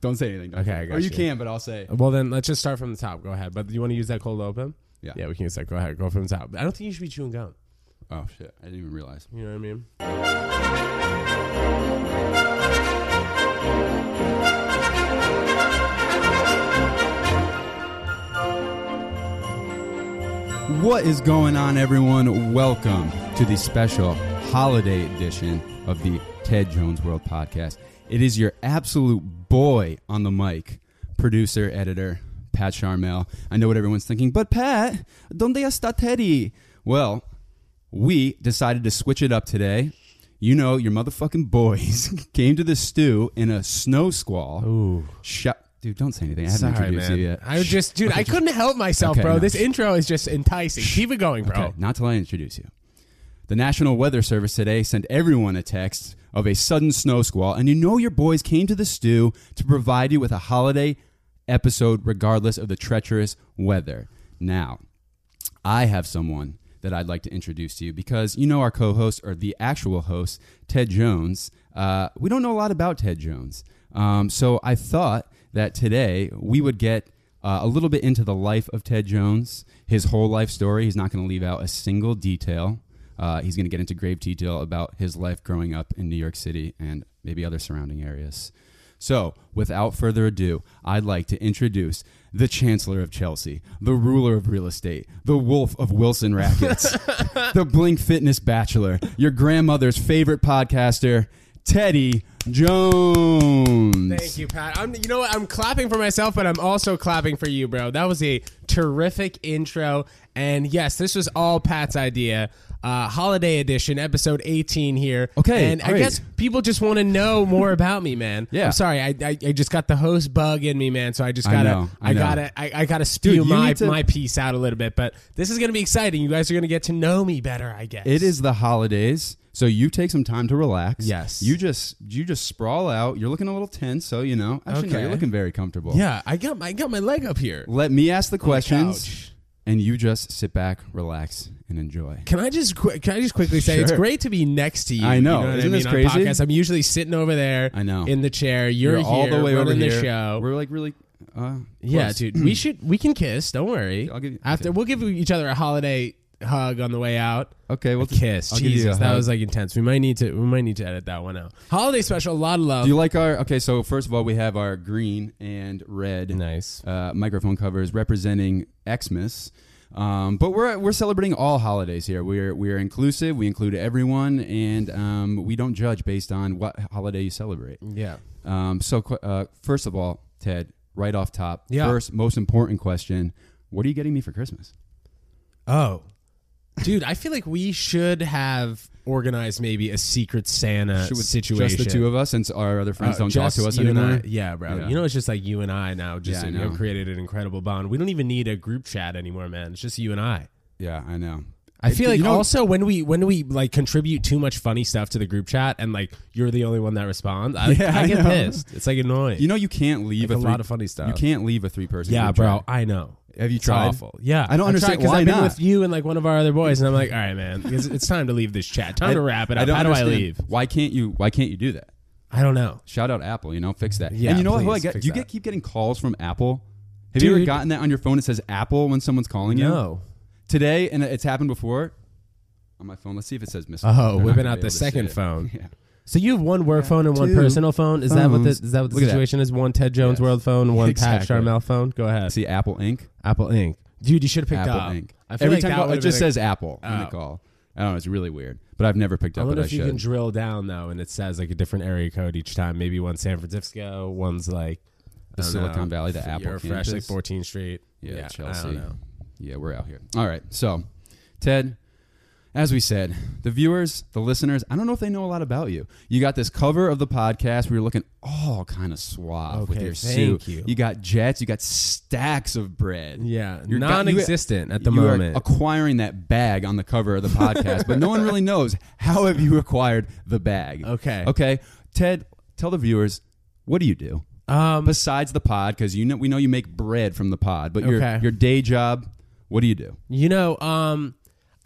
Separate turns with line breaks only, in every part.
Don't say anything. Don't
Okay,
say
I
anything.
got
Or you
you.
can, but I'll say.
Well, then let's just start from the top. Go ahead. But do you want to use that cold open?
Yeah.
Yeah, we can use that. Go ahead. Go from the top. I don't think you should be chewing gum.
Oh shit! I didn't even realize.
You know what I mean?
What is going on, everyone? Welcome to the special holiday edition of the Ted Jones World Podcast. It is your absolute boy on the mic, producer, editor, Pat Charmel. I know what everyone's thinking, but Pat, donde está Teddy? Well, we decided to switch it up today. You know, your motherfucking boys came to the stew in a snow squall.
Ooh.
Shut. Dude, don't say anything. I haven't
Sorry,
introduced
man.
you yet.
I was just, dude, I couldn't help myself,
Okay,
bro.
no.
This intro is just enticing. Keep it going, bro.
Okay, not till I introduce you. The National Weather Service today sent everyone a text of a sudden snow squall, and you know your boys came to the stew to provide you with a holiday episode regardless of the treacherous weather. Now, I have someone that I'd like to introduce to you because you know our co host, or the actual host, Ted Jones. Uh, we don't know a lot about Ted Jones. Um, so I thought that today we would get uh, a little bit into the life of Ted Jones, his whole life story. He's not going to leave out a single detail. Uh, he's going to get into grave detail about his life growing up in New York City and maybe other surrounding areas. So, without further ado, I'd like to introduce the Chancellor of Chelsea, the ruler of real estate, the wolf of Wilson Rackets, the Blink Fitness Bachelor, your grandmother's favorite podcaster, Teddy Jones.
Thank you, Pat. I'm, you know what? I'm clapping for myself, but I'm also clapping for you, bro. That was a terrific intro. And yes, this was all Pat's idea. Uh, holiday edition, episode 18 here.
Okay,
And I
great.
guess people just want to know more about me, man.
Yeah.
I'm sorry. I, I, I just got the host bug in me, man. So I just
I
got to,
know, I
I
know.
got to, I, I got to spew
you
my,
need to-
my piece out a little bit. But this is going to be exciting. You guys are going to get to know me better, I guess.
It is the holidays, so you take some time to relax.
Yes.
You just you just sprawl out. You're looking a little tense, so you know. Actually, no,
Okay.
you're looking very comfortable.
Yeah. I got, my, I got my leg up here.
Let me ask the questions.
Ouch.
and you just sit back, relax, and enjoy.
Can I just qui- can I just quickly say it's
Sure.
great to be next to you.
I know.
You
Isn't
what I mean?
this
On
crazy?
podcasts, I'm usually sitting over there.
I know.
in the chair. You're,
You're all the
here,
way over
running
here.
the show.
We're like really. Uh,
yeah,
close.
dude. We should we can kiss. Don't worry.
I'll give you-
After
okay.
we'll give each other a holiday hug on the way out.
Okay, well,
A kiss.
I'll give you
Jesus,
a
that
hug.
was like intense. We might need to we might need to edit that one out. Holiday special. A lot of love.
Do you like our? Okay, so first of all, we have our green and red
nice.
uh, microphone covers representing Xmas. Um, but we're we're celebrating all holidays here. We're we're inclusive. We include everyone, and um, we don't judge based on what holiday you celebrate.
Yeah.
Um, so qu- uh, first of all, Ted, right off top,
Yeah.
first most important question: What are you getting me for Christmas?
Oh. Dude, I feel like we should have organized maybe a secret Santa
Should-
situation.
Just the two of us, since our other friends
Uh,
don't
just
talk to us
you and
anymore.
I- yeah, bro.
Yeah.
You know, it's just like you and I now. Just
Yeah, I
you know,
know.
created an incredible bond. We don't even need a group chat anymore, man. It's just you and I.
Yeah, I know.
I feel like
you know-
also when we when we like contribute too much funny stuff to the group chat and like you're the only one that responds, I,
Yeah,
I
I
get
know.
pissed. It's like annoying.
You know you can't leave
Like
a,
a
three,
lot of funny stuff.
You can't leave a three person.
yeah, bro. I know.
Have you
It's
tried?
Awful. Yeah,
I don't
I've tried
understand-
'cause
why
I've been
not?
with you and like one of our other boys, and I'm like, all right, man, it's, it's time to leave this chat. Time to wrap it up. How do I leave?
Why can't you? Why can't you do that?
I don't know.
Shout out Apple. You know, fix that.
Yeah,
and you know what? Who I
please,
get?
fix
Do you
that.
get keep getting calls from Apple? Have you ever
Dude.
gotten that on your phone? It says Apple when someone's calling you.
No.
Today, and it's happened before. On my phone, let's see if it says missed.
Oh,
They're not
whipping
gonna
out
be
the
able to see
second
it.
phone.
Yeah.
So you have one work phone and one
two
personal phone. Is that what the
phones.
is that what the
Look at that.
situation is? One Ted Jones
Yes.
World phone, one Pat
Exactly.
Charmel phone. Go ahead.
See Apple Inc.
Apple Inc. Dude, you should have picked
Apple
up.
Inc.
I feel
Every
like
time
that
I call, it
would've
just
been a-
says Apple when
Oh.
I call. I don't know. It's really weird, but I've never picked
I
up.
wonder
but
if
I
you
should.
can drill down though, and it says like a different area code each time. Maybe one's San Francisco, one's like
The
I don't
Silicon
know,
Valley, the
f-
Apple
or fresh
campus.
like 14th Street.
Yeah,
I
Chelsea.
don't know.
Yeah, we're out here. All right. So, Ted, as we said, the viewers, the listeners, I don't know if they know a lot about you. You got this cover of the podcast where you're looking all kind of suave with
Okay,
your
thank
suit.
you.
got jets, you got stacks of bread.
Yeah,
You're got- you-
non-existent at the
you are
moment.
acquiring that bag on the cover of the podcast, but no one really knows how have you acquired the bag.
Okay.
Okay. Ted, tell the viewers, what do you do?
um,
besides the pod because you know we know you make bread from the pod but
Okay.
your your day job what do you do
You know, um,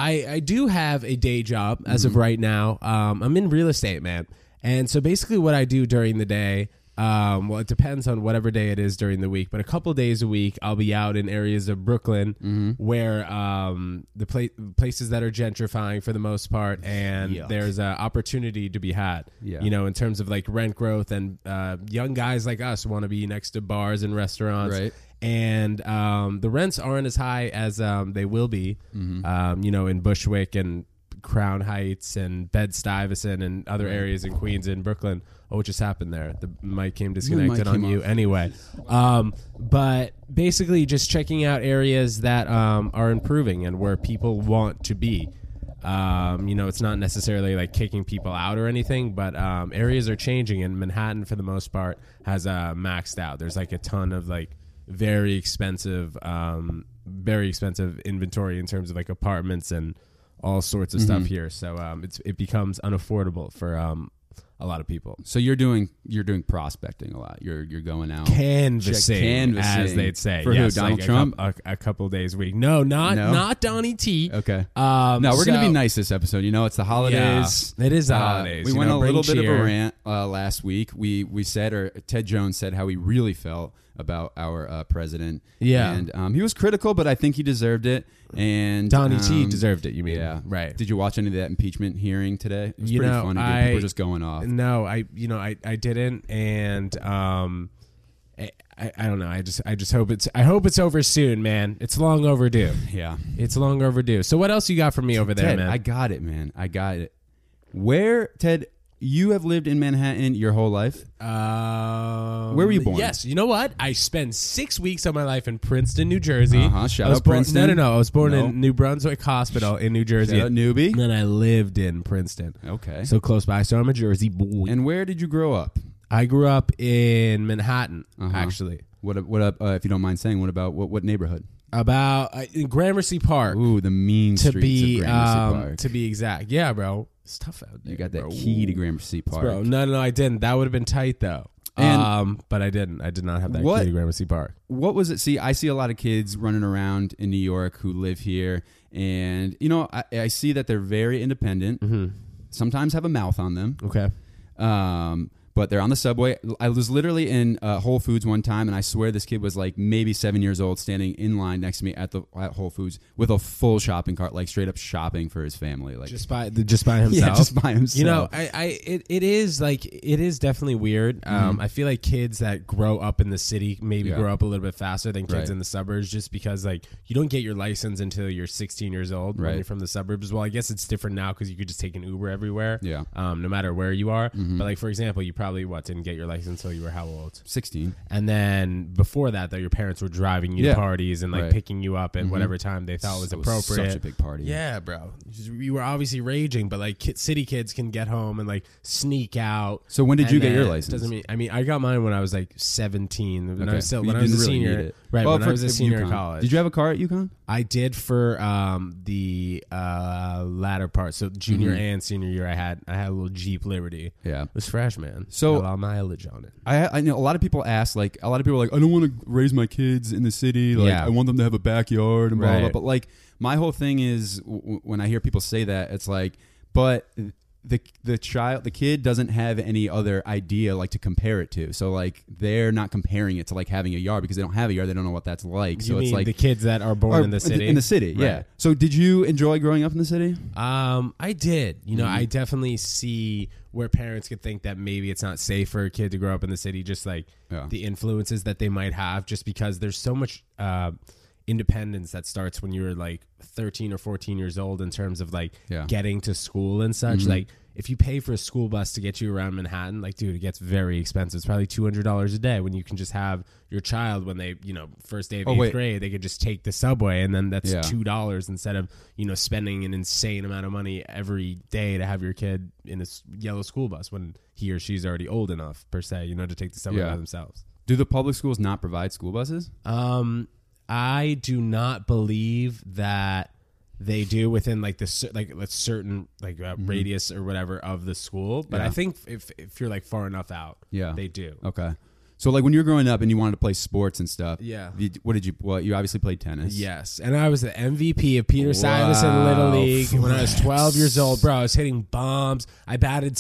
I I do have a day job as of right now. Um, I'm in real estate, man, and so basically what I do during the day Um, well, it depends on whatever day it is during the week, but a couple days a week, I'll be out in areas of Brooklyn where um, the pla- places that are gentrifying for the most part, and
Yuck.
there's an opportunity to be had.
Yeah.
You know, in terms of like rent growth, and uh, young guys like us want to be next to bars and restaurants,
Right.
and um, the rents aren't as high as um, they will be,
Mm-hmm.
um, you know, in Bushwick and Crown Heights and Bed Stuyvesant and other areas in Queens and Brooklyn. Oh, what just happened there? The mic came disconnected on
came
you.
off.
Anyway, um, but basically just checking out areas that um, are improving and where people want to be. Um, you know, it's not necessarily like kicking people out or anything, but um, areas are changing, and Manhattan, for the most part, has uh, maxed out. There's like a ton of like very expensive, um, very expensive inventory in terms of like apartments and all sorts of
Mm-hmm.
stuff here. So um, it's it becomes unaffordable for um, a lot of people.
So you're doing you're doing prospecting a lot. You're you're going out.
Canvassing,
Check- canvassing.
as they'd say,
For who,
yes,
Donald
like
Trump?
a, coup- a, a couple days a week. No, not
No?
not Donnie T.
Okay.
Um,
no, we're gonna
so-
be nice this episode. You know, it's the holidays.
Yeah, it is the
Uh,
holidays,
we
you
went
know,
a
bring
little bit of a
cheer.
rant uh, last week. We we said, or Ted Jones said, how he really felt about our uh, president.
Yeah.
and um, he was critical, but I think he deserved it. And
Donnie T
um,
deserved it. You mean
Yeah,
right?
Did you watch any of that impeachment hearing today? It was
You
pretty
know,
funny. dude.
I-
People were just going off.
No, I you know I, I didn't, and um, I, I I don't know. I just I just hope it's I hope it's over soon, man. It's long overdue.
Yeah,
It's long overdue. So what else you got for me over there,
Ted,
man?
I got it, man. I got it. Where, Ted? You have lived in Manhattan your whole life.
Um,
Where were you born?
Yes, you know what? I spent six weeks of my life in Princeton, New Jersey.
Uh-huh. Shout
I was
out
born-
Princeton.
No, no, no. I was born
No.
in New Brunswick Hospital in New Jersey,
Shout out newbie.
and then I lived in Princeton.
Okay.
So close by. So I'm a Jersey boy.
and where did you grow up?
I grew up in Manhattan,
Uh-huh.
actually.
What a- what up? Uh, if you don't mind saying, what about what what neighborhood?
About uh, in Gramercy Park
Ooh, the mean
to
streets
be
of Gramercy
um,
Park.
to be exact. Yeah, bro. It's tough out there.
you got that
bro.
key to Gramercy Park.
Bro, no, no, no, I didn't. That would have been tight though.
And-
um, but I didn't. I did not have that
What-
key to Gramercy Park.
What was it? See, I see a lot of kids running around in New York who live here, and you know, I, I see that they're very independent.
Mm-hmm.
Sometimes have a mouth on them.
Okay.
Um, but they're on the subway. I was literally in uh, Whole Foods one time, and I swear this kid was like maybe seven years old, standing in line next to me at the at Whole Foods with a full shopping cart, like straight up shopping for his family, like
Just by the, just by himself.
yeah, just by himself.
You know, I, I it, it is like it is definitely weird. Um, I feel like kids that grow up in the city
Mm-hmm.
maybe
Yeah.
grow up a little bit faster than kids
Right.
in the suburbs, just because like you don't get your license until you're 16 years old
Right.
when you're from the suburbs. Well, I guess it's different now because you could just take an Uber everywhere.
Yeah. Mm-hmm.
Um, no matter where you are. But like for example, you probably what didn't get your license until you were how old?
sixteen.
And then before that, though, your parents were driving you
Yeah.
to parties and like
Right. Mm-hmm.
picking you up at whatever time they thought was
It
appropriate.
such a big party.
Yeah, bro. You were obviously raging, but like kid, city kids can get home and like sneak out.
So when did
And
you get your
then-
license?
Doesn't mean I mean I got mine when I was like seventeen. When I
Okay.
was still
You
when I was a
didn't really
senior,
need it.
right?
Well,
when I
for-
was a
at
senior in
UConn.
college,
Did you have a car at UConn?
I did for um, the uh, latter part, so junior
Mm-hmm.
and senior year. I had I had a little Jeep Liberty.
Yeah.
It was fresh, man.
So-
Got a lot of mileage on it.
I, I know a lot of people ask like a lot of people are like I don't want to raise my kids in the city like
Yeah.
I want them to have a backyard and blah, blah
Right.
blah but like my whole thing is w- w- when I hear people say that it's like but the the child the kid doesn't have any other idea like to compare it to so like they're not comparing it to like having a yard because they don't have a yard they don't know what that's like
You
so
mean
it's like
the kids that are born
or-
in the city?
in the city yeah
Right.
so did you enjoy growing up in the city
Um, I did. You know,
Mm-hmm.
I definitely see where parents could think that maybe it's not safe for a kid to grow up in the city, just like
Yeah.
the influences that they might have, just because there's so much uh, independence that starts when you're like 13 or 14 years old in terms of like
Yeah. Mm-hmm.
getting to school and such. Like, if you pay for a school bus to get you around Manhattan, like, dude, it gets very expensive. It's probably two hundred dollars a day when you can just have your child when they, you know, first day of
Oh,
eighth
wait.
grade, they could just take the subway, and then that's
Yeah.
two dollars instead of you know spending an insane amount of money every day to have your kid in a s- yellow school bus when he or she's already old enough per se you know to take the subway
Yeah.
by themselves
do the public schools not provide school buses
um i do not believe that they do within like the cer- like a certain like uh, radius or whatever of the school but
Mm-hmm. Yeah.
i think if if you're like far enough out
Yeah.
they do
okay So like when you were growing up and you wanted to play sports and stuff.
Yeah.
you- what did you? Well, you obviously played tennis.
Yes, and I was the MVP of Peter Stuyvesant Little
Wow,
League when I was
Flex.
12 years old, bro. I was hitting bombs. I batted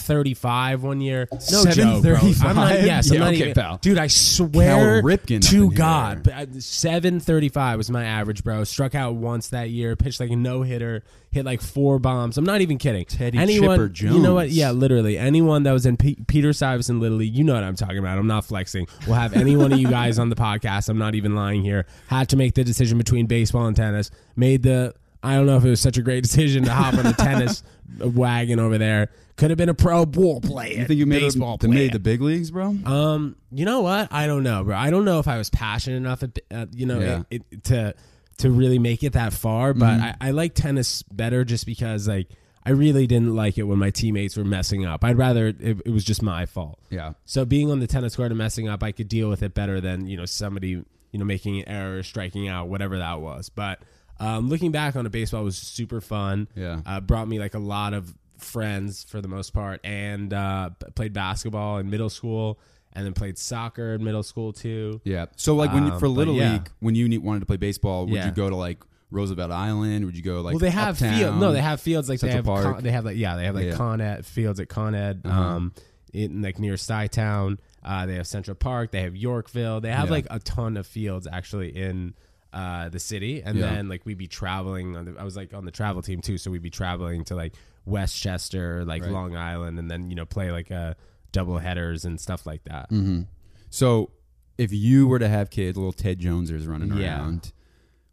735 one year. No joke, bro.
735?
I'm not, yes,
Yeah,
I'm not
okay,
even,
pal.
dude. I swear
Cal Ripken up in
to
here.
God, but, uh, 735 was my average, bro. Struck out once that year, pitched like a no hitter, hit like four bombs. I'm not even kidding.
Teddy
anyone,
Chipper
you know what?
Jones.
Yeah, literally anyone that was in P- Peter Stuyvesant Little League, E, you know what I'm talking about. I'm not flexing. We'll have any one of you guys on the podcast. I'm not even lying here. Had to make the decision between baseball and tennis. Made the I don't know if it was such a great decision to hop on the tennis wagon over there. Could have been a pro ball player.
You think you made
baseball
the,
player.
made the big leagues, bro?
Um, you know what? I don't know, bro. I don't know if I was passionate enough, at, uh, you know,
Yeah.
it, it- to to really make it that far. But I, I like tennis better just because, like, I really didn't like it when my teammates were messing up. I'd rather it, it was just my fault.
yeah.
So being on the tennis court and messing up, I could deal with it better than you know somebody you know making an error, striking out, whatever that was. But um, looking back on it, baseball was super fun.
Yeah.
uh, brought me like a lot of friends for the most part, and uh, p- played basketball in middle school, and then played soccer in middle school too.
Yeah. So like when you
Um,
for
but
little
yeah.
league, when you need, wanted to play baseball, would
Yeah.
you go to like Roosevelt Island? Would you go like?
Well, they have
uptown?
field. No, they have fields like
Central
they have.
Park.
Con, they have like yeah, they have like
Yeah. Uh-huh.
Con Ed fields at Con Ed, um, in like near Stuytown. Uh, they have Central Park. They have Yorkville. They have
Yeah.
like a ton of fields actually in uh the city. And
Yeah.
then like we'd be traveling. On the, I was like on the travel team too, so we'd be traveling to like Westchester, like
Right.
Long Island, and then you know play like uh double headers and stuff like that.
Mm-hmm. So if you were to have kids, little Ted Jonesers running
Yeah.
around,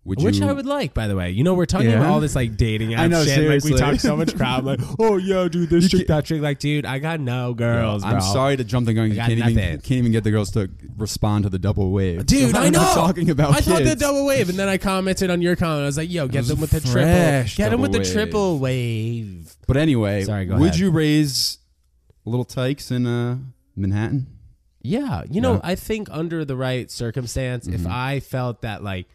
would
Which
you?
I would like, by the way. You know, we're talking
Yeah.
about all this like dating app
I know,
shit.
seriously.
Like we talk so much crap. I'm like, oh yeah, dude, this
You
chick, that chick. Like, dude, I got no girls.
I'm
bro.
sorry to jump the gun. You
got
can't even,
nothing.
can't even get the girls to respond to the double wave.
Dude,
I'm
I know.
Not talking about
I
kids.
thought the double wave, and then I commented on your comment. I was like, "Yo, get
was
them with the triple.
fresh
Get them with
double
the
wave.
triple wave."
But anyway,
Sorry, go
would
ahead.
you raise little tykes in uh, Manhattan?
Yeah, you know, I think under the right circumstance,
Mm-hmm.
if I felt that like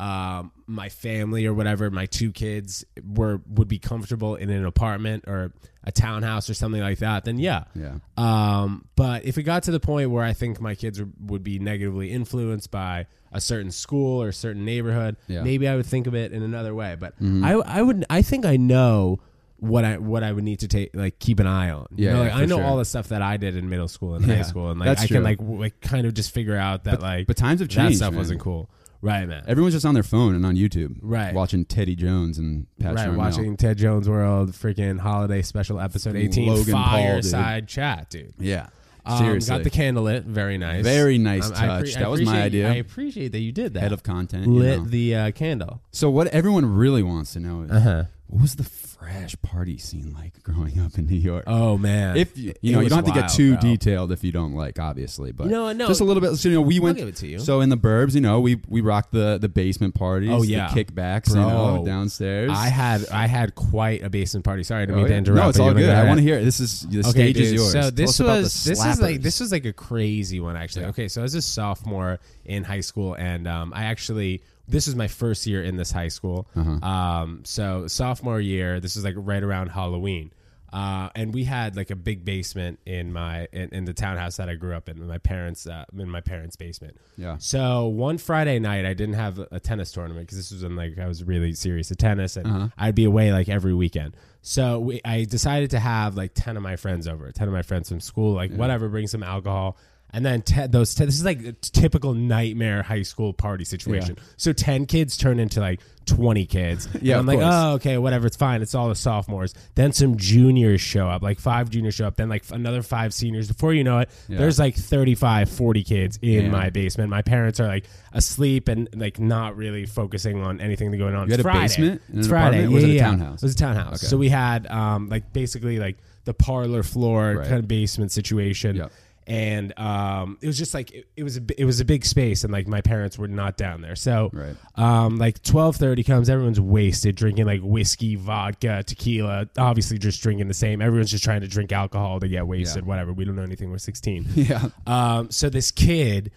um, my family or whatever, my two kids were would be comfortable in an apartment or a townhouse or something like that, then yeah,
Yeah.
Um, but if it got to the point where I think my kids were, would be negatively influenced by a certain school or a certain neighborhood,
Yeah. Mm-hmm.
maybe I would think of it in another way. But I, I would, I think I know what I what I would need to take like keep an eye on. You
Yeah,
know,
yeah,
like, I
for
know
sure.
all the stuff that I did in middle school and
Yeah,
high school, and like
that's
I
true.
can like w- like kind of just figure out that like
But times have changed.
that stuff
man.
wasn't cool, right, man?
Everyone's just on their phone and on YouTube,
Right.
Watching Teddy Jones and Pat
Right,
Sharmell.
watching Ted Jones World freaking holiday special episode eighteen
Logan Paul, dude.
fireside chat, dude.
Yeah,
Um,
seriously.
Got the candle lit. Very nice. Um,
Very nice
I appre-
touch.
I
That was my
appreciate-
idea.
I appreciate that you did that.
head of content. you
lit
know.
the uh, candle.
so what everyone really wants to know is
huh.
what was the fresh party scene like growing up in New York?
Oh man.
if you, you
It
know, you
was
don't have to get
wild,
too
bro.
detailed if you don't like, obviously, but
No, no.
just a little bit. So, you know, we
I'll
went
give it to you.
So in the burbs, you know, we we rocked the the basement parties,
Oh, yeah.
the kickbacks, you know,
Bro.
downstairs.
I had I had quite a basement party. Sorry to
Oh,
mean to
yeah.
interrupt.
No, it's
but
all
you wanna
good.
go
I
ahead?
want to hear it. This is the
Okay,
stage is
dude,
yours.
So
Tell
this
us about the
was this is like
slappers.
this was like a crazy one actually.
Yeah.
Okay, so I was a sophomore in high school, and um, I actually this was my first year in this high school.
Uh-huh.
Um, so sophomore year, this was like right around Halloween, uh, and we had like a big basement in my in, in the townhouse that I grew up in. in My parents uh, in my parents' basement.
Yeah.
So one Friday night, I didn't have a tennis tournament because this was when like I was really serious at tennis, and
Uh-huh.
I'd be away like every weekend. So we, I decided to have like ten of my friends over, ten of my friends from school, like whatever, bring some alcohol, and then te- those. Te- this is like a typical nightmare high school party situation. So ten kids turn into like twenty kids.
Yeah,
and
of
I'm like,
course.
oh, okay, whatever, it's fine. It's all the sophomores. Then some juniors show up, like five juniors show up, then like another five seniors. Before you know it, there's like 35, 40 kids in
Yeah.
my basement. My parents are like asleep and like not really focusing on anything that's going on.
You had
it's
a
Friday.
basement and
It's
an
Friday.
apartment? Or was
yeah,
it a
yeah.
townhouse?
It was a townhouse. So we had um, like basically like the parlor floor
Right.
kind of basement situation.
Yep.
And um, it was just like it, it was a, bi- it was a big space, and like my parents were not down there. So
Right.
um, like twelve thirty comes, everyone's wasted, drinking like whiskey, vodka, tequila. Obviously, just drinking the same. Everyone's just trying to drink alcohol to get wasted, whatever. We don't know anything. We're sixteen.
Yeah.
Um, so this kid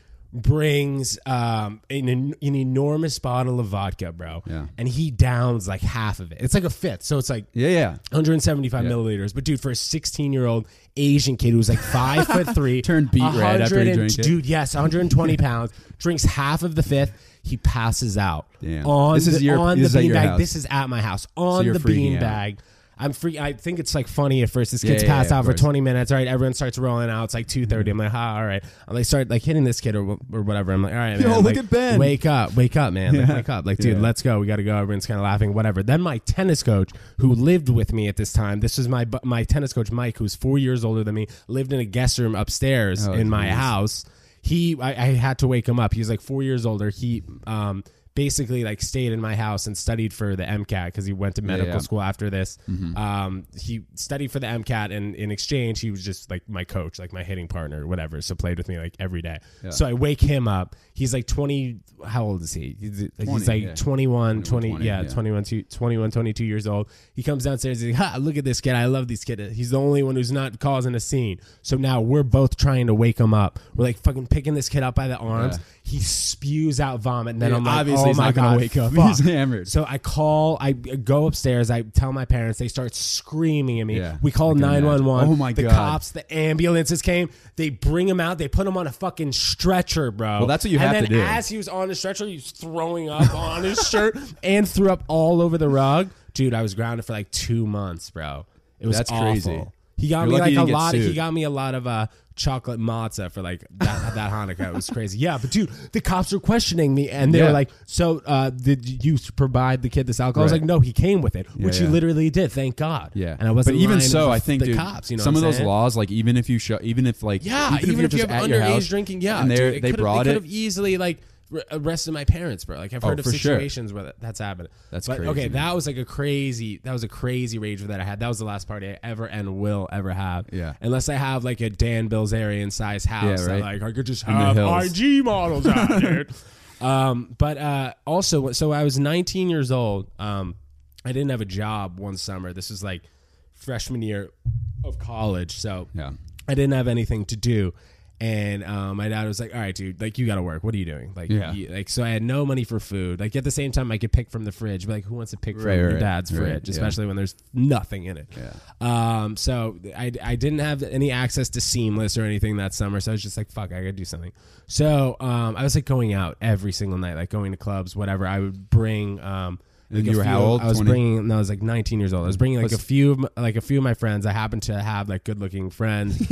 brings um, an, en- an enormous bottle of vodka, bro.
Yeah.
And he downs like half of it. It's like a fifth. So it's like
Yeah, yeah.
175 milliliters. But dude, for a 16 year old Asian kid who's like five foot three,
Turned beet red after he
100 and-
drank it.
Dude, yes, 120 pounds. Drinks half of the fifth. He passes out.
Damn.
On
This is
the,
your-
on
this is
the
at your
beanbag.
house.
This is at my house on
you're
the
freaking out.
beanbag. I'm free. I think it's like funny at first. This
Yeah,
kid's
yeah,
passed
yeah,
out
of
for
course. Mm-hmm.
20 minutes. All right, everyone starts rolling out. It's like 2:30. I'm like, ha, all right. And they start like hitting this kid or, wh- or whatever. I'm like, all right,
Yo,
man.
look
like,
at Ben.
Wait, wake up, wake up, man. Like,
Yeah.
wake up. Like, dude,
Yeah.
let's go. We got to go. Everyone's kind of laughing, whatever. Then my tennis coach, who lived with me at this time, this was my bu- my tennis coach, Mike, who's four years older than me, lived in a guest room upstairs
Oh,
in my
geez.
house. He, I, I had to wake him up. He was like four years older. He, um, basically like stayed in my house and studied for the MCAT because he went to medical
yeah. Mm-hmm.
school after this. Um, he studied for the MCAT and in exchange, he was just like my coach, like my hitting partner, whatever. So played with me like every day.
Yeah.
So I wake him up. He's like 20. How old is he? He's,
20,
he's like
yeah.
21, 20,
20,
yeah,
yeah.
21, two- 21, 22 years old. He comes downstairs. He's like, ha, look at this kid. I love this kid. He's the only one who's not causing a scene. So now we're both trying to wake him up. We're like fucking picking this kid up by the arms.
Yeah.
He spews out vomit. And then
Yeah,
I'm like,
obviously
oh
he's
my
not gonna
God,
wake up.
fuck.
He's hammered.
So I call, I go upstairs. I tell my parents. They start screaming at me.
Yeah,
we call
I can imagine.
911.
Oh my
the
God.
cops cops, the ambulances came. They bring him out. They put him on a fucking stretcher, bro.
Well, that's what you
and
have to
then
do.
As he was on the stretcher, he was throwing up on his shirt and threw up all over the rug. Dude, I was grounded for like two months, bro. It was
That's
awful.
crazy.
He got
You're
me
lucky
like
you
a
didn't get
lot. he
sued.
got me a lot of uh, chocolate matzah for like that, that Hanukkah. It was crazy. Yeah, but dude, the cops were questioning me, and they
Yeah.
were like, "So uh, did you provide the kid this alcohol?" I was
Right.
like, "No, he came with it," which
yeah.
he literally did. Thank God.
Yeah,
and I wasn't.
But even
lying
so,
to
I think
the
dude,
cops. You know,
some
what
of
I'm
those
saying?
laws, like even if you show, even if like
Yeah, even,
you're
if you
just
have
at your house
underage drinking, yeah,
and they're-
dude, it
they
could've-
brought
They
it. Oh,
could have easily like r- arrested my parents, bro. Like I've heard of
for sure.
situations where that, that's happened.
That's
but,
crazy,
Okay,
man.
that was like a crazy. That was a crazy rage that I had. That was the last party I ever and will ever have.
Yeah.
Unless I have like a Dan Bilzerian size house,
Yeah,
that,
right.
like I could just
the
have
hills.
IG models out, dude. Um, but uh, also, so I was 19 years old. Um, I didn't have a job one summer. This was like freshman year of college. So
Yeah.
I didn't have anything to do. And um, my dad was like, "All right, dude, like you got to work. What are you doing? Like,
Yeah.
you- like so I had no money for food. Like at the same time, I could pick from the fridge. But like, who wants to pick from
Right,
your
right,
dad's
right,
fridge,
yeah.
especially when there's nothing in it? Yeah. Um. So I, I didn't have any access to Seamless or anything that summer. So I was just like, fuck, I gotta do something. So um, I was like going out every single night, like going to clubs, whatever. I would bring um.
And
like, a
you were how
few-
old?
I was
20?
bringing bringing- no, I was like 19 years old. I was bringing like a
Let's-
few, of my, like a few of my friends. I happened to have like good-looking friends,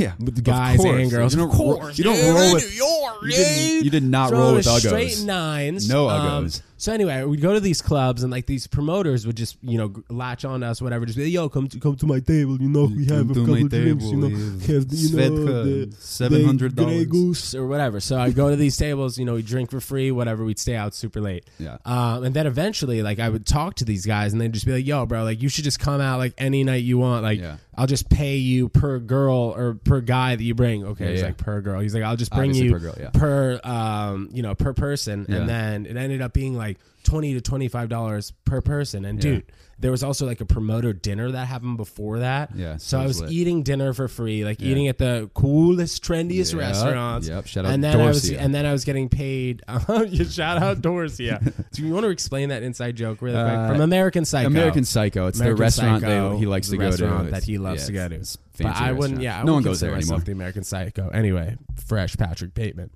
Yeah,
with
of
guys
course.
and girls.
You don't roll- you don't
dude,
roll
in
with-
New York, eh?
you didn't-
dude.
you did not
So
roll
it
with
was
uggos.
Straight nines,
No
Um,
uggos.
so anyway, we'd go to these clubs and like these promoters would just you know g- latch on to us, whatever. Just be like, yo, come to come to my table. You know, we have a
to
couple
my
drinks.
table,
You know,
yeah.
have, you
Svedka,
know the- the
$700.
Grey Goose or whatever. So I'd go to these tables. You know, we drink for free, whatever. We'd stay out super late.
Yeah.
Um, and then eventually, like, I would talk to these guys, and they'd just be like, "Yo, bro, like, you should just come out like any night you want. Like,
Yeah.
I'll just pay you per girl or per guy that you bring." Okay,
Yeah,
he's
yeah.
like per girl. He's like, "I'll just bring
Obviously
you
per girl, yeah.
per, um, you know, per person."
Yeah.
And then it ended up being like twenty to twenty five dollars per person. And
Yeah.
dude, there was also like a promoter dinner that happened before that.
Yeah,
So,
so
I was
lit.
eating dinner for free, like eating at the coolest, trendiest
Yep,
restaurants.
yep. Shout out
and then I was,
Dorcia.
and then I was getting paid. you shout out Doors, yeah. Do you want to explain that inside joke really quick
Uh,
from American Psycho?
American Psycho. It's
American
the restaurant
Psycho
that he likes
is the
to go to.
restaurant
It's-
That he loves
yeah,
to go to.
it's
But
fancy
I wouldn't.
restaurant.
Yeah, I
no one
wouldn't
goes
consider
there
myself
anymore.
The American Psycho. Anyway, fresh Patrick Bateman.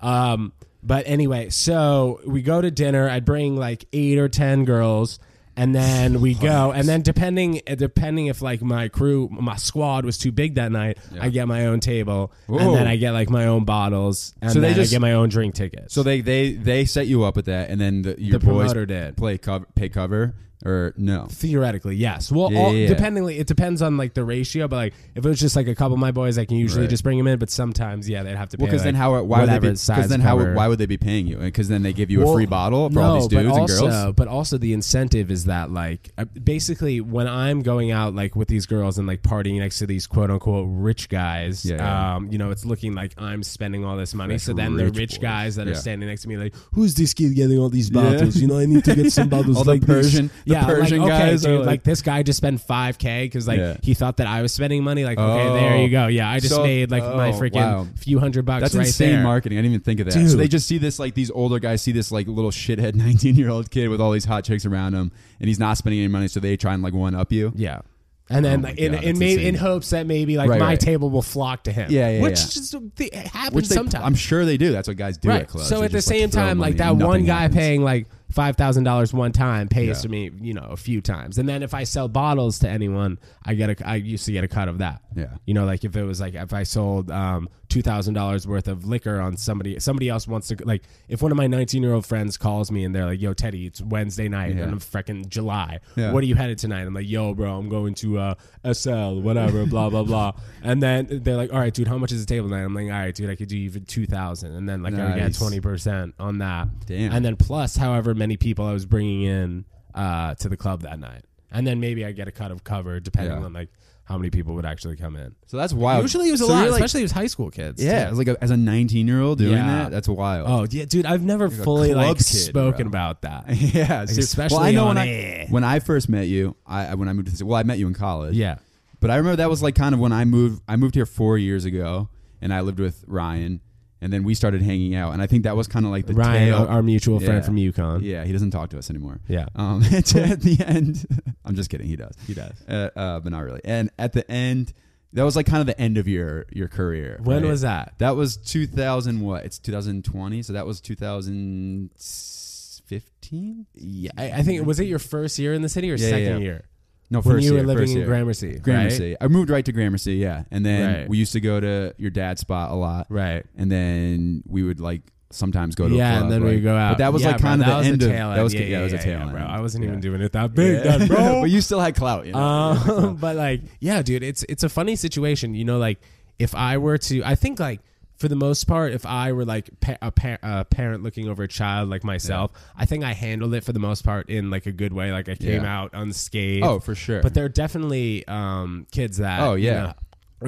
um, but anyway, so we go to dinner. I'd bring like eight or ten girls. And then we go, and then depending uh, depending if like my crew, my squad was too big that night, I get my own table,
Whoa.
and then I get like my own bottles, and
So they
then
just-
I get my own drink tickets.
So they they they set you up with that, and then the, your
The
boys
promoter did.
play cover, pay cover or no?
Theoretically, yes. Well,
Yeah,
all,
yeah, yeah.
depending, it depends on like the ratio. But like, if it was just like a couple of my boys, I can usually
Right.
just bring them in. But sometimes, yeah, they'd have to. Pay,
Well, because
like,
then how why would they
whatever
be,
size
then how
cover.
would, why would they be paying you? Because then they give you
Well,
a free bottle for all
no,
these dudes
but
and
also,
girls.
But also, the incentive is that like uh, basically when I'm going out like with these girls and like partying next to these quote unquote rich guys,
Yeah, yeah.
um, you know, it's looking like I'm spending all this money.
Fresh
so then the
rich
rich
boys.
guys that
Yeah.
are standing next to me like, who's this kid getting all these bottles? You know, I need to get some bottles
All the
like
Persian-
this. yeah,
Persian
like, okay,
guys are
dude,
like-
like, this guy just spent five k because like
Yeah.
he thought that I was spending money. Like okay, there
Oh.
you go. Yeah, I just
So-
made like
oh,
my freaking
wow.
few hundred bucks
That's
right
insane
there.
marketing. I didn't even think of that. So
Dude.
they just see this like these older guys see this like little shithead 19 year old kid with all these hot chicks around him, and he's not spending any money, so they try and like one up you.
Yeah. And then,
Oh my
like, in,
God,
in,
that's
may,
insane.
in hopes that maybe like
Right,
my
right.
table will flock to him.
Yeah, yeah,
which
yeah.
just th- happens
Which they,
sometimes.
I'm sure they do. That's what guys do
right.
at clubs.
So
They
at the
just, like,
same
throw
time,
money
like
and
that one
nothing
guy
happens.
paying like five thousand dollars one time pays
Yeah.
to me, you know, a few times, and then if I sell bottles to anyone, I get a, I used to get a cut of that.
Yeah.
you know, like if it was like if I sold um, two thousand dollars worth of liquor on somebody, somebody else wants to like if one of my nineteen year old friends calls me and they're like, "Yo, Teddy, it's Wednesday night
Yeah.
and I'm freaking July.
Yeah.
What are you headed tonight?" I'm like, "Yo, bro, I'm going to uh, SL, whatever, blah blah blah." And then they're like, "All right, dude, how much is the table night?" I'm like, "All right, dude, I could do even two thousand, and then like I would get
Nice.
twenty percent on that,
Damn.
and then plus however many people I was bringing in uh, to the club that night, and then maybe I get a cut of cover depending
Yeah.
on like." How many people would actually come in?
So that's wild.
Usually it was a
So
lot,
you're, like-
especially it was high school kids.
Yeah,
too.
as like a, as a 19 year old doing
Yeah.
that, that's wild.
Oh yeah, dude, I've never
a
fully
club
like
kid,
spoken
bro.
about that.
yeah, seriously.
especially
well, I know
on
when I
air.
when I first met you, I when I moved to this, well, I met you in college.
Yeah.
But I remember that was like kind of when I moved. I moved here four years ago, and I lived with Ryan, and then we started hanging out. And I think that was kind of like the
Ryan,
tail.
our, our mutual
Yeah.
friend from UConn.
yeah, he doesn't talk to us anymore.
Yeah.
Um, at, at the end, I'm just kidding. He does.
He does.
Uh, uh, but not really. And at the end, that was like kind of the end of your your career.
When
right?
was that?
That was 2000. What? It's 2020. So that was 2015.
Yeah, I, I think was it your first year in the city or
Yeah, yeah,
second
yeah.
year?
No,
When
first
you were
year,
living
first
in
year.
Gramercy. right?
Gramercy. I moved right to Gramercy, yeah. And then
Right.
we used to go to your dad's spot a lot.
Right.
And then we would like sometimes go to a
yeah,
club,
and then we
like-
go out.
But that was
Yeah,
like
bro,
kind of
that
the
was
end of
tail
that was
end.
yeah, that was a tail end.
bro. I wasn't
Yeah.
even doing it that big, then, bro.
but you still had clout, you know.
Um, but like, yeah, dude, it's it's a funny situation. You know, like if I were to, I think like for the most part, if I were like pa- a, par- a parent looking over a child like myself, I think I handled it for the most part in like a good way. Like I came
Yeah.
out unscathed.
oh, for sure.
But there are definitely um, kids that
Oh, yeah.
you know,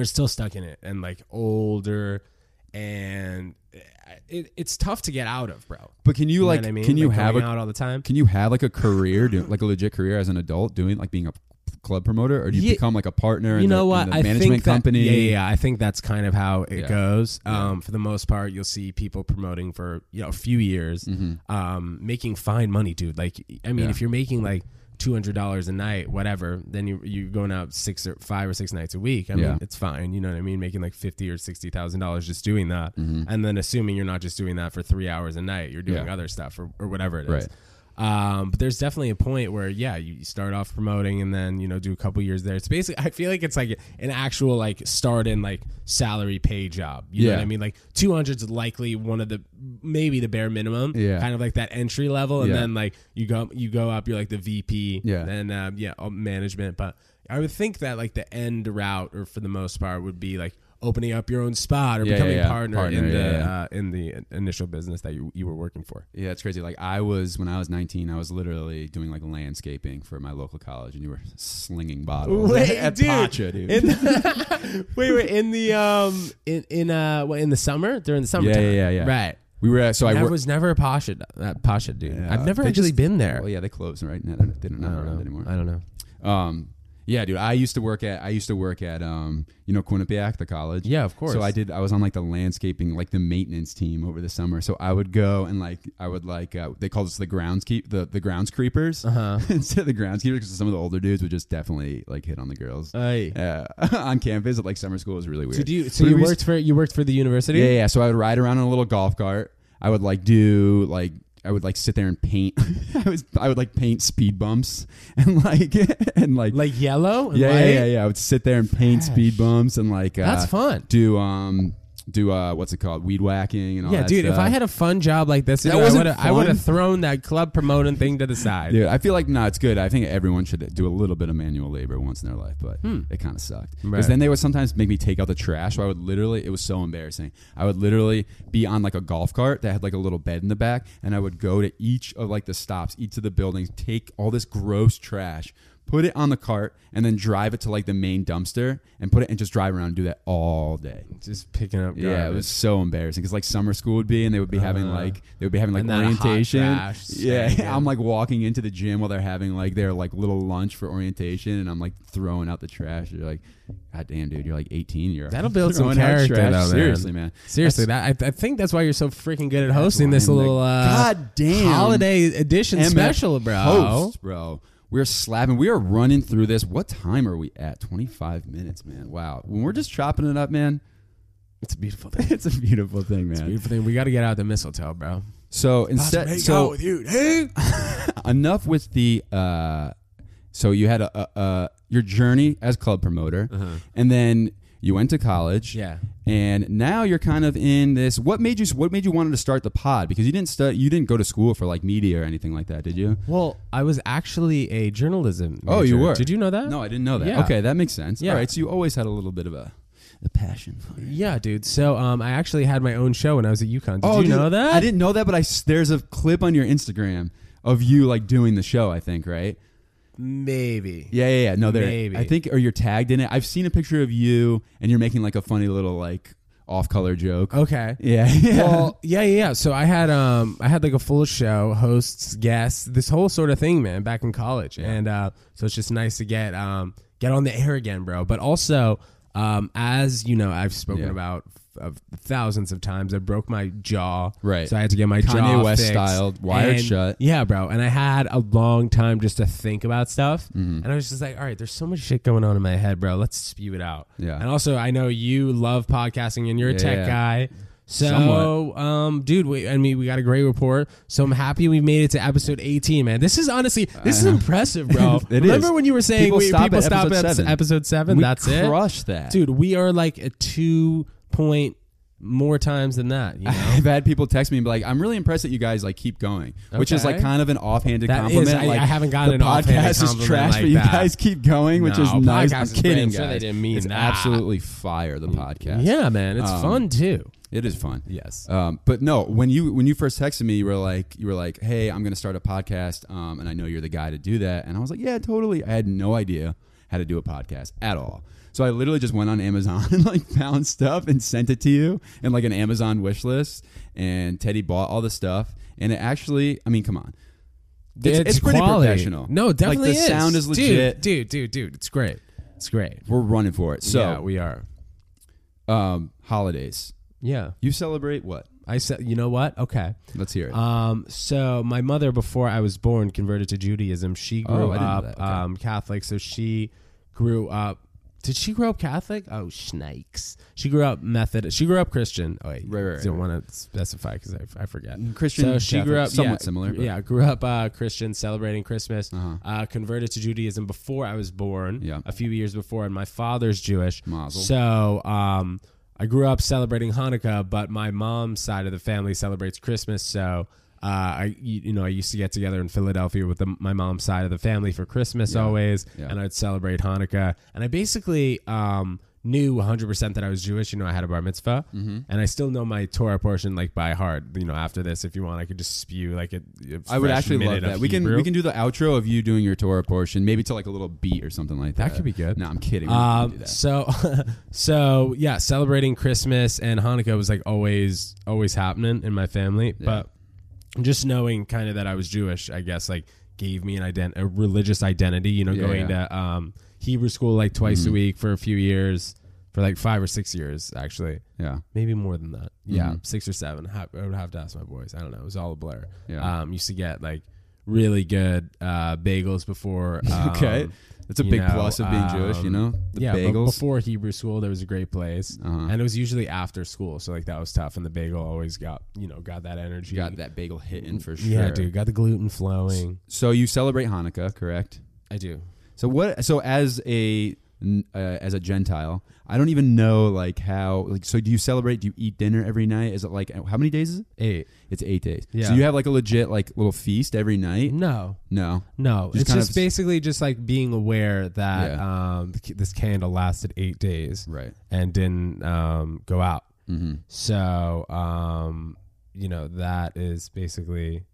are still stuck in it and like older, and uh, it, it's tough to get out of, bro.
but can you
know
like
what I mean?
can you
Like,
have
going
a
out all the time?
can you have like a career do, like a legit career as an adult doing like being a club promoter or do you
Ye-
become like a partner in
you
the-
know what
in the
I
management
think that,
company?
Yeah, yeah, yeah. I think that's kind of how it
Yeah.
goes. Um, For the most part, you'll see people promoting for you know a few years, um, making fine money, dude. Like, I mean,
Yeah.
if you're making like two hundred dollars a night, whatever, then you you're going out six or five or six nights a week. I
Yeah.
mean, it's fine. You know what I mean? Making like fifty or sixty thousand dollars just doing that, and then assuming you're not just doing that for three hours a night, you're doing
Yeah.
other stuff or, or whatever it is.
Right.
Um, but there's definitely a point where yeah, you start off promoting and then you know do a couple years there. It's basically I feel like it's like an actual like start in like salary pay job. You know
Yeah.
what I mean? Like 200's likely one of the maybe the bare minimum.
Yeah.
kind of like that entry level, and
Yeah.
then like you go you go up, you're like the VP.
Yeah.
then um, yeah, uh, management. But I would think that like the end route, or for the most part, would be like opening up your own spot or
Yeah,
becoming
yeah, yeah.
partner,
Partner,
in the
yeah, yeah.
Uh, in the initial business that you you were working for.
Yeah, it's crazy. Like I was when I was 19, I was literally doing like landscaping for my local college, and you were slinging bottles
Wait,
at
dude.
Pacha, dude.
In the, wait, wait, in the um, in in uh, what, in the summer during the summer,
Yeah, yeah, yeah, yeah.
right.
we were at, so
I
I worked.
was never a Pasha, that Pasha dude.
Yeah.
I've never
They
actually
just-
been there.
Well, yeah, they closed right now. They're, they're
I
not
don't know
around anymore.
I don't know.
Um, yeah, dude, I used to work at I used to work at um, you know, Quinnipiac, the college.
Yeah, of course.
So I did. I was on like the landscaping, like the maintenance team over the summer. So I would go and like I would like uh, they called us the grounds keep the the grounds creepers
Uh-huh.
instead of the grounds keepers because some of the older dudes would just definitely like hit on the girls.
Aye.
uh, on campus at like summer school is really weird.
So do you? So
But
you
we used-
worked for you worked for the university?
Yeah, yeah. So I would ride around on a little golf cart. I would like do like I would like sit there and paint. I was I would like paint speed bumps and like and like,
Like yellow? And
yeah, yeah,
white?
yeah, yeah. I would sit there and paint speed bumps and like uh,
That's fun.
Do um do uh what's it called weed whacking and all
Yeah,
that
dude. If
stuff.
I had a fun job like this, dude, I
uh, wasn't
would have I
fun.
would have thrown that club promoting thing to the side.
Dude, I feel like no, it's good. I think everyone should do a little bit of manual labor once in their life, but it kind of sucked because
Right.
then they would sometimes make me take out the trash. So I would literally, it was so embarrassing. I would literally be on like a golf cart that had like a little bed in the back, and I would go to each of like the stops, each of the buildings, take all this gross trash, put it on the cart, and then drive it to like the main dumpster and put it and just drive around and do that all day.
Just picking up. Garbage.
Yeah, it was so embarrassing because like summer school would be, and they would be having
Uh-huh.
like they would be having like
And then a hot
orientation.
trash stinking.
yeah, I'm like walking into the gym while they're having like their like little lunch for orientation, and I'm like throwing out the trash. You're like, God damn, dude, you're like 18. You're
That'll build some
throwing out
character,
trash."
though, man.
Seriously, man.
Seriously, that, I, I think that's why you're so freaking good at hosting this
why I'm
little
like,
uh,
"God damn,
holiday edition
MF
special, bro.
Host, bro. We're slapping. We are running through this. What time are we at? 25 minutes, man. Wow. When we're just chopping it up, man,
It's a beautiful thing.
it's a beautiful thing, man.
Beautiful thing. We got to get out the mistletoe, bro.
So instead, so
you, hey?
enough with the uh so you had a, a, a your journey as club promoter and then you went to college
Uh-huh. Yeah.
and now you're kind of in this what made you what made you wanted to start the pod because you didn't stu- you didn't go to school for like media or anything like that did you
Well, I was actually a journalism.
Oh, you
major.
were.
Did you know that?
no i didn't know that
Uh, Yeah.
okay that makes sense
Yeah.
all right so you always had a little bit of a a passion for it
Yeah, dude. So um, I actually had my own show when I was at UConn. Did you
Oh, dude,
know that?
i didn't know that but i s- there's a clip on your instagram of you like doing the show i think right
Maybe.
Yeah, yeah, yeah. No, there.
Maybe.
I think, or you're tagged in it. I've seen a picture of you, and you're making like a funny little like off-color joke.
Okay.
Yeah, yeah.
Oh. Well, yeah, yeah, yeah. So I had um I had like a full show, hosts, guests, this whole sort of thing, man, back in college. And uh so it's just nice to get um get on the air again, bro. But also um as you know, I've spoken
Yeah.
about f- of thousands of times I broke my jaw.
Right.
So I had to get my
Kanye
jaw
West
fixed.
style, wired
And-
shut.
Yeah, bro. And I had a long time just to think about stuff.
Mm-hmm.
And I was just like, all right, there's so much shit going on in my head, bro. Let's spew it out.
Yeah.
And also, I know you love podcasting and you're a tech
Yeah.
guy. So, um, dude, we, I mean, we got a great report. So I'm happy we made it to episode 18, man. This is honestly, this is impressive, bro.
Uh-huh. It is.
Remember when you were saying
People
we,
stop
people
at
stop
episode
at
seven.
episode seven?
We
That's it,
Crush that,
dude. We are like a two point more times than that. You know?
I've had people text me and be like, "I'm really impressed that you guys like keep going," which is
Okay.
like kind of an offhanded
That is-
compliment.
I-
like,
I haven't gotten
the
an offhanded
podcast is
compliment
trash,
like
but you
that.
guys keep going, which is
No,
nice. I'm
podcast is great.
kidding,
I'm sure they
guys.
didn't mean
it's
that. Mm,
absolutely fire. The podcast,
Yeah, man, it's
Um,
fun too.
it is fun.
Yes.
Um, but no, when you when you first texted me, you were like, you were like, "Hey, I'm going to start a podcast, um, and I know you're the guy to do that." And I was like, "Yeah, totally." I had no idea how to do a podcast at all, so I literally just went on Amazon and like found stuff and sent it to you and like an Amazon wish list. And Teddy bought all the stuff, and it actually, I mean, come on, it's, it's pretty
quality.
professional.
No, it definitely
like, the
is.
sound is
Dude,
legit.
dude, dude, dude. It's great. It's great.
We're running for it. So,
yeah, we are.
um, holidays,
Yeah,
you celebrate what?
I said. You know what? Okay.
Let's hear it.
Um, so my mother, before I was born, converted to Judaism. She
Oh,
grew
I didn't know
up
that. Okay.
um, Catholic, so she grew up. Did she grow up Catholic? Oh, snakes. She grew up Methodist. She grew up Christian. Oh, wait,
Right, right, right.
Don't want to specify because I, I forget.
Christian,
So she
Catholic,
grew up
somewhat
yeah,
similar. but- Uh-huh.
Yeah, grew up uh, Christian, celebrating Christmas. uh converted to Judaism before I was born.
Yeah.
a few years before, and my father's Jewish.
Mazel.
So um, I grew up celebrating Hanukkah, but my mom's side of the family celebrates Christmas. So. Uh, I you you know I used to get together in Philadelphia with the, my mom's side of the family for Christmas always,
Yeah.
and I'd celebrate Hanukkah. And I basically um, knew 100% that I was Jewish. You know, I had a bar mitzvah,
Mm-hmm.
and I still know my Torah portion like by heart. You know, after this, if you want, I could just spew like a. a
I would
fresh
actually love
minute of
that. We can
Hebrew.
we can do the outro of you doing your Torah portion, maybe to like a little beat or something like that.
That could be good.
No, I'm kidding. We're not gonna do
Um,
that.
so, so yeah, celebrating Christmas and Hanukkah was like always, always happening in my family. But just knowing kind of that I was Jewish, I guess, like gave me an ident- a religious identity. You know,
Yeah, Mm-hmm.
going to um, Hebrew school like twice a week for a few years, for like five or six years actually,
yeah,
maybe more than that. Yeah,
Mhm.
six or seven. Ha- I would have to ask my boys. I don't know. It was all a blur.
Yeah.
Um, used to get like really good uh, bagels before.
okay,
um,
that's a
you
big
know,
plus of being Jewish. You
um,
know, the
yeah, but
bagels.
before Hebrew school, there was a great place,
Uh-huh.
and it was usually after school, so like that was tough. And the bagel always got you know got that energy.
you got that bagel hitting for sure.
yeah, dude, got the gluten flowing.
So you celebrate Hanukkah, correct?
I do.
So what? So as a n- uh, as a Gentile, I don't even know like how. Like, so do you celebrate? Do you eat dinner every night? Is it like how many days is it?
Eight.
It's eight days.
Yeah. Mm-hmm.
So you have like a legit like little feast every night.
No,
No.
no,
Just
it's
kind
just
of-
basically just like being aware that um, th- this candle lasted eight days
Right.
and didn't um, go out.
Mm-hmm.
So um, you know that is basically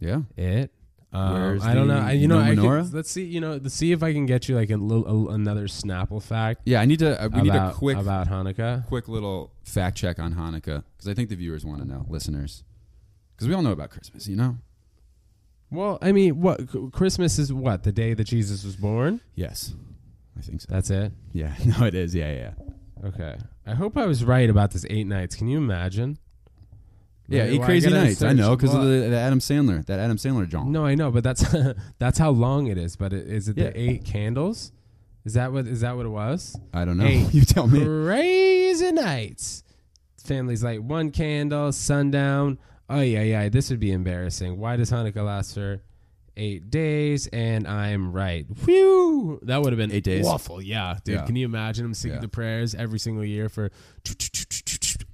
Yeah.
it. Um,
Where's
I don't know.
the
I, you know, I
menorah?
could, let's see. You know, let's see if I can get you like a little, a, another Snapple fact.
Yeah, I need to. Uh, we need
about,
a quick,
about Hanukkah.
quick little fact check on Hanukkah because I think the viewers want to know, listeners, because we all know about Christmas, you know.
Well, I mean, what C- Christmas is what the day that Jesus was born.
Yes, I think so.
That's it.
Yeah, no, it is. Yeah, yeah, yeah.
Okay. I hope I was right about this eight nights. Can you imagine?
Yeah,
Like,
eight
well, I
crazy
gotta
nights. I
search
know because of
what-
the, the Adam Sandler, that Adam Sandler John.
No, I know, but that's that's how long it is. But it, is it
Yeah.
the eight candles? Is that what is that what it was?
I don't know.
Hey.
you tell me.
Crazy nights. Families light one candle, sundown. Oh yeah, yeah. This would be embarrassing. Why does Hanukkah last for eight days? And I'm right. Whew. That would have been
Eight days.
Awful. Yeah, dude.
Yeah.
Can you imagine him singing
Yeah.
the prayers every single year for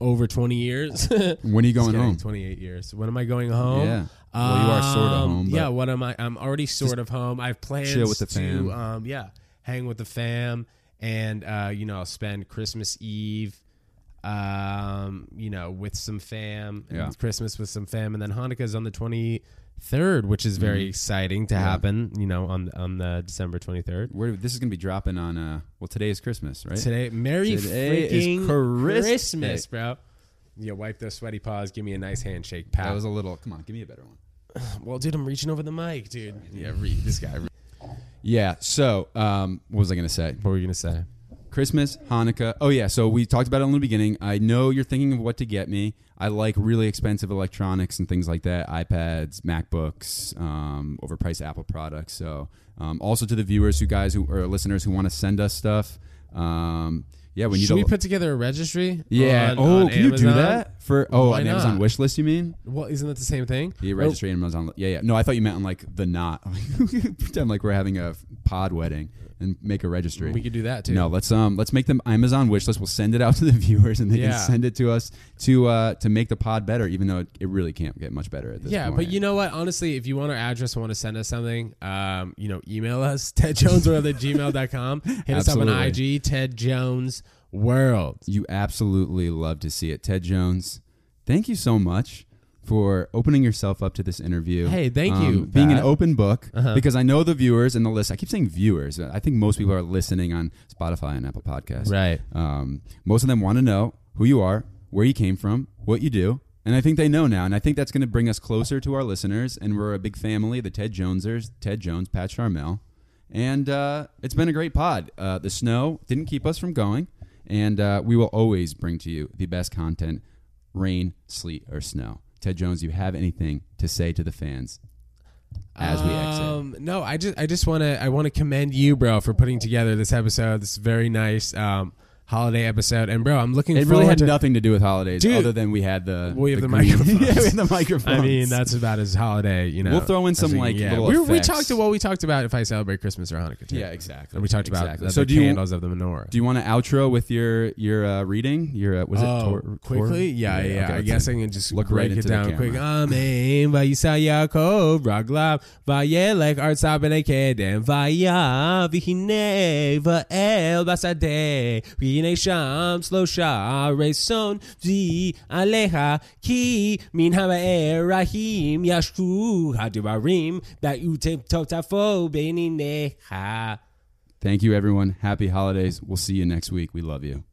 over 20 years?
When are you going
Just kidding,
home?
28 years. When am I going home?
Yeah. Well, you are sorta
Um,
home, but-
Yeah, what am I? I'm already sort of home. I have plans
chill with the fam.
to, um, yeah, hang with the fam and, uh, you know, I'll spend Christmas Eve, um, you know, with some fam, and
Yeah.
Christmas with some fam. And then Hanukkah is on the 23rd, which is very
Mm-hmm.
exciting to happen, you know, on, on the December 23rd.
Where this is gonna be dropping on? Uh, well, today is Christmas, right?
Today, Merry
Today is
freaking
Christmas.
Christmas, bro. Yeah, wipe those sweaty paws. Give me a nice handshake, pal.
That was a little. Come on, give me a better one.
Well, dude, I'm reaching over the mic, dude. Yeah, read this guy.
Yeah. So, um, what was I gonna say?
What were you gonna say?
Christmas, Hanukkah. Oh yeah, so we talked about it in the beginning. I know you're thinking of what to get me. I like really expensive electronics and things like that, iPads, MacBooks, um, overpriced Apple products. So um, also to the viewers, who guys who or listeners who want to send us stuff. Um, yeah, we need to.
Should we put together a registry?
yeah.
on-
oh,
on
can you do
Amazon?
that for? Oh,
Why
an Amazon
not?
wish list? You mean?
Well, isn't that the same thing? Oh,
Yeah, registry and Amazon. Yeah, yeah. No, I thought you meant on like the knot. Pretend like we're having a pod wedding and make a registry.
Well, we could do that too.
No, let's um let's make them Amazon wish list. We'll send it out to the viewers and they
Yeah.
can send it to us to uh to make the pod better, even though it, it really can't get much better at this
Yeah,
point.
but you know what? Honestly, if you want our address, want to send us something, um, you know, email us Ted Jones World at gmail.com. Hit us up on
Absolutely.
IG Ted Jones World.
you absolutely love to see it. Ted Jones, thank you so much for opening yourself up to this interview. Um,
Hey, thank you,
Being an
Pat.
open book
Uh-huh.
because I know the viewers and the list I keep saying viewers. I think most people are listening on Spotify and Apple Podcasts.
Right.
Um, most of them want to know who you are, where you came from, what you do. And I think they know now. And I think that's going to bring us closer to our listeners. And we're a big family the Ted Jonesers, Ted Jones, Pat Charmel. And uh, it's been a great pod. Uh, the snow didn't keep us from going. And uh, we will always bring to you the best content rain, sleet, or snow. Ted Jones, you have anything to say to the fans as we exit?
Um, no, I just I just want to I want to commend you, bro, for putting together this episode. This very nice um, holiday episode, and bro, I'm looking
it
forward
really had
to
nothing to do with holidays
Dude.
other than we had the
We have the
green-
microphones.
yeah, we had the microphones.
I mean, that's about as holiday, you know.
We'll throw in
as
some,
we-
like,
yeah.
little
we, we
effects.
talked to what we talked about if I celebrate Christmas or Hanukkah. Too.
Yeah, exactly.
and we talked about
Exactly.
the,
So
the
do you-
candles of the menorah.
Do you want to outro with your your uh, reading? Your uh, was it
Oh,
Tor-
quickly?
Tor-
yeah, yeah.
okay,
I
that's
guess
it.
I can just
Look
break
right
it
into the
down
camera.
quick. Amen. Vayisa Yaakov, Raglav, Vayelech, Artsab and Akedem, Vaya, Vihine, Vael, Basadeh, Vihine Sham, Slosha, Reson, Vi, Aleha, Ki, Min Havaer, Rahim, Yashku, Hadubarim, Ba'utim, Totafo, Benineha.
Thank you, everyone. Happy holidays. We'll see you next week. We love you.